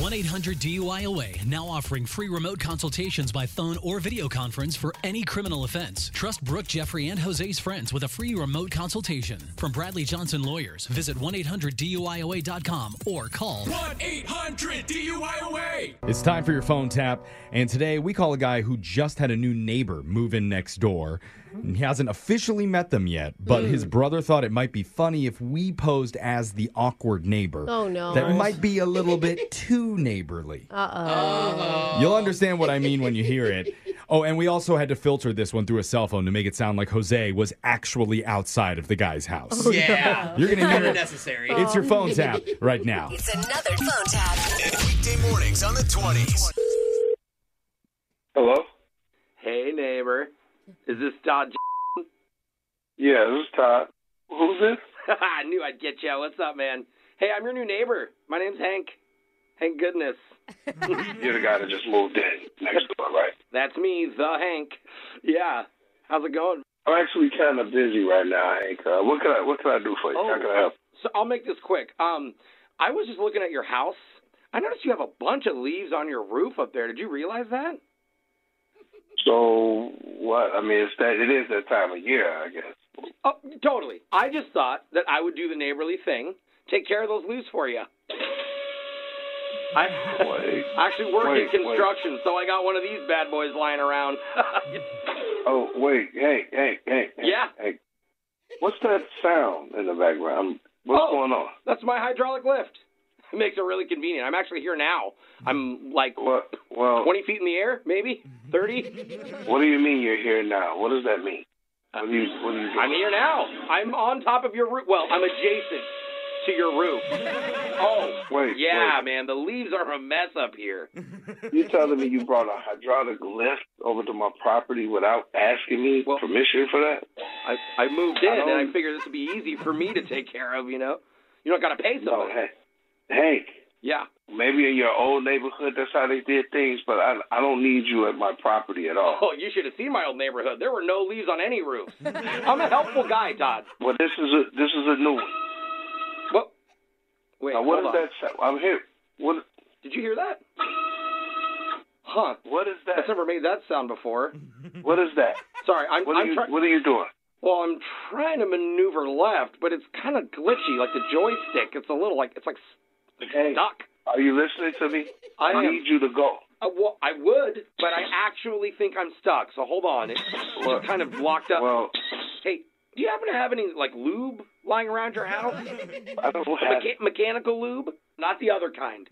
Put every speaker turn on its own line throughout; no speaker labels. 1 800 DUIOA now offering free remote consultations by phone or video conference for any criminal offense. Trust Brooke, Jeffrey, and Jose's friends with a free remote consultation. From Bradley Johnson Lawyers, visit 1 800 DUIOA.com or call
1 800 DUIOA.
It's time for your phone tap, and today we call a guy who just had a new neighbor move in next door. And He hasn't officially met them yet, but his
Mm.
brother thought it might be funny if we posed as the awkward neighbor.
Oh, no.
That might be a little bit too neighborly. You'll understand what I mean when you hear it. Oh, and we also had to filter this one through a cell phone to make it sound like Jose was actually outside of the guy's house.
Oh,
Yeah.
You're gonna hear
Kinda
it.
necessary.
It's your phone tap right now.
It's another phone tap.
Weekday mornings on the 20s.
Hello?
Hey neighbor, is this Todd?
Yeah, this is Todd. Who's this?
I knew I'd get you. What's up, man? Hey, I'm your new neighbor. My name's Hank. Hank Goodness.
You're the guy that just moved in next door, right?
That's me, the Hank. Yeah. How's it going?
I'm actually kind of busy right now, Hank. Uh, what can I What can I do for you? How can I help?
So I'll make this quick. Um, I was just looking at your house. I noticed you have a bunch of leaves on your roof up there. Did you realize that? Oh.
So what? I mean, it's that it is that time of year, I guess.
Oh, totally. I just thought that I would do the neighborly thing, take care of those leaves for you. I
Wait.
I actually work
Wait,
in construction, so I got one of these bad boys lying around.
Oh wait, Hank, Hank, Hank. Hank,
Yeah?
Hank. What's that sound in the background? What's
Oh.
going on?
That's my hydraulic lift. It makes it really convenient. I'm actually here now. I'm like
What? Well,
20 feet in the air, maybe 30.
what do you mean you're here now? What does that mean? What do you What do you?
I'm here now. I'm on top of your roof. Well, I'm adjacent to your roof. Oh,
Wait,
yeah,
wait.
man. The leaves are a mess up here.
You telling me you brought a hydraulic lift over to my property without asking me
Well-
permission for that? Oh,
I I moved in,
I don't-
and I figured this would be easy for me to take care of. You know, you don't got to pay
No,
someone.
hey, Hank.
Yeah.
Maybe in your old neighborhood, that's how they did things, but I I don't need you at my property at all.
Oh, you should have seen my old neighborhood. There were no leaves on any roof. I'm a helpful guy, Todd.
Well, this is a this is a new one.
What? Wait,
Now, what
hold
is
on.
that sound? I'm here. What
Did you hear that? Huh.
what is
That's
that?
never made that sound before.
What is that?
Sorry, I'm,
What are
I'm
you
trying.
What are you doing?
Well, I'm trying to maneuver left, but it's kind of glitchy, like the joystick. It's a little like it's like
Hey,
stuck.
are you listening to me?
I am-
need you to go.
I, well, I would, but I actually think I'm stuck. So hold on, it's
Well-
kind of blocked up.
Well,
hey, do you happen to have any like lube lying around your house?
I don't have
Mecha- mechanical lube, not the other kind.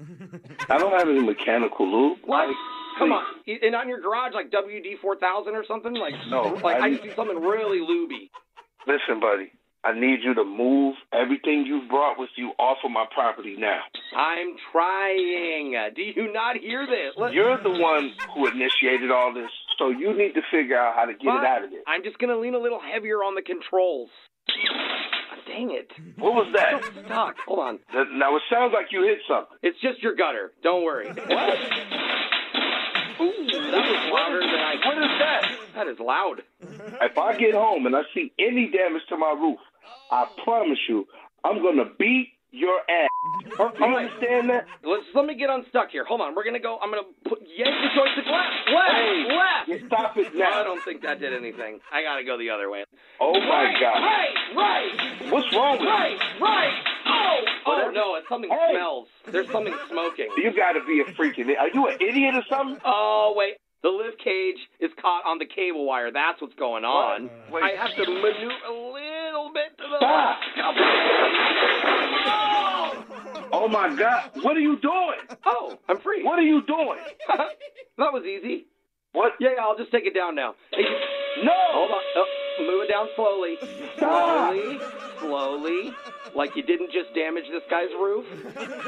I don't have any mechanical lube.
What?
Like,
Come on, Y- and on your garage like WD four thousand or something like.
No,
Like I
I'm-
just need something really lubey.
Listen, buddy, I need you to move everything you brought with you off of my property now.
I'm trying. Do you not hear this? Let-
You're the one who initiated all this, so you need to figure out how to get it
Fine.
out of there.
I'm just gonna lean a little heavier on the controls. dang it.
What was that?
I'm stuck. Hold on.
That- Now it sounds like you hit something.
It's just your gutter. Don't worry. What? Ooh, that was louder than I.
What is that?
That is loud.
If I get home and I see any damage to my roof, I promise you, I'm gonna beat your ass. You understand that?
Let's let me get unstuck here. Hold on. We're gonna go. I'm gonna put, yank the joystick left, left, left.
you stop it now.
I don't think that did anything. I gotta go the other way.
Oh my
right,
God!
Right, right,
What's wrong with
right, right. Oh, oh
Whatever.
no! It's something
Hey.
smells. There's something smoking.
you? You gotta be a freaking. Are you an idiot or something?
Oh wait, the lift cage is caught on the cable wire. That's what's going on.
Wait.
I have to maneuver a little bit to the
Stop.
left. Come on.
Oh my God! What are you doing?
Oh, I'm free.
What are you doing?
that was easy.
What?
Yeah, yeah, I'll just take it down now. Hey,
No!
hold on. Oh, move it down slowly. Slowly, slowly. Like you didn't just damage this guy's roof.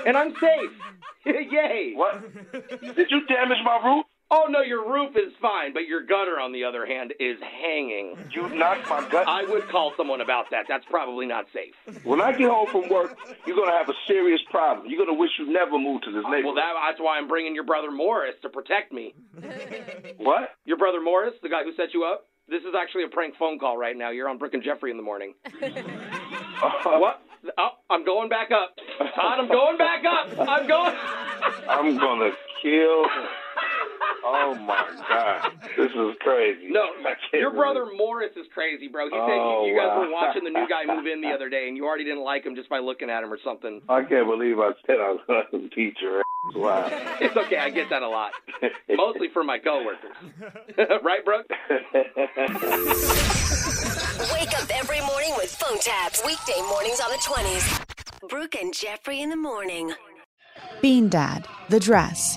And I'm safe. Yay.
What? Did you damage my roof?
Oh, no, your roof is fine, but your gutter, on the other hand, is hanging.
You knocked my gut.
I would call someone about that. That's probably not safe.
When I get home from work, you're gonna have a serious problem. You're gonna wish you never moved to this
Uh, Well,
neighborhood.
that, that's why I'm bringing your brother Morris to protect me.
what?
Your brother Morris, the guy who set you up? This is actually a prank phone call right now. You're on Brooke and Jeffrey in the morning. what? Oh, I'm going back up. Todd, I'm going back up. I'm going.
I'm gonna kill. Oh my god, this is crazy.
No,
I can't
your
believe-
brother Morris is crazy, bro. He said
Oh,
you, you guys
wow.
were watching the new guy move in the other day, and you already didn't like him just by looking at him or something.
I can't believe I said I was gonna beat your ass. Wow.
It's okay. I get that a lot, mostly from my coworkers. right, Brooke?
Wake up every morning with phone taps. Weekday mornings on the 20s. Brooke and Jeffrey in the morning.
Bean Dad, The Dress,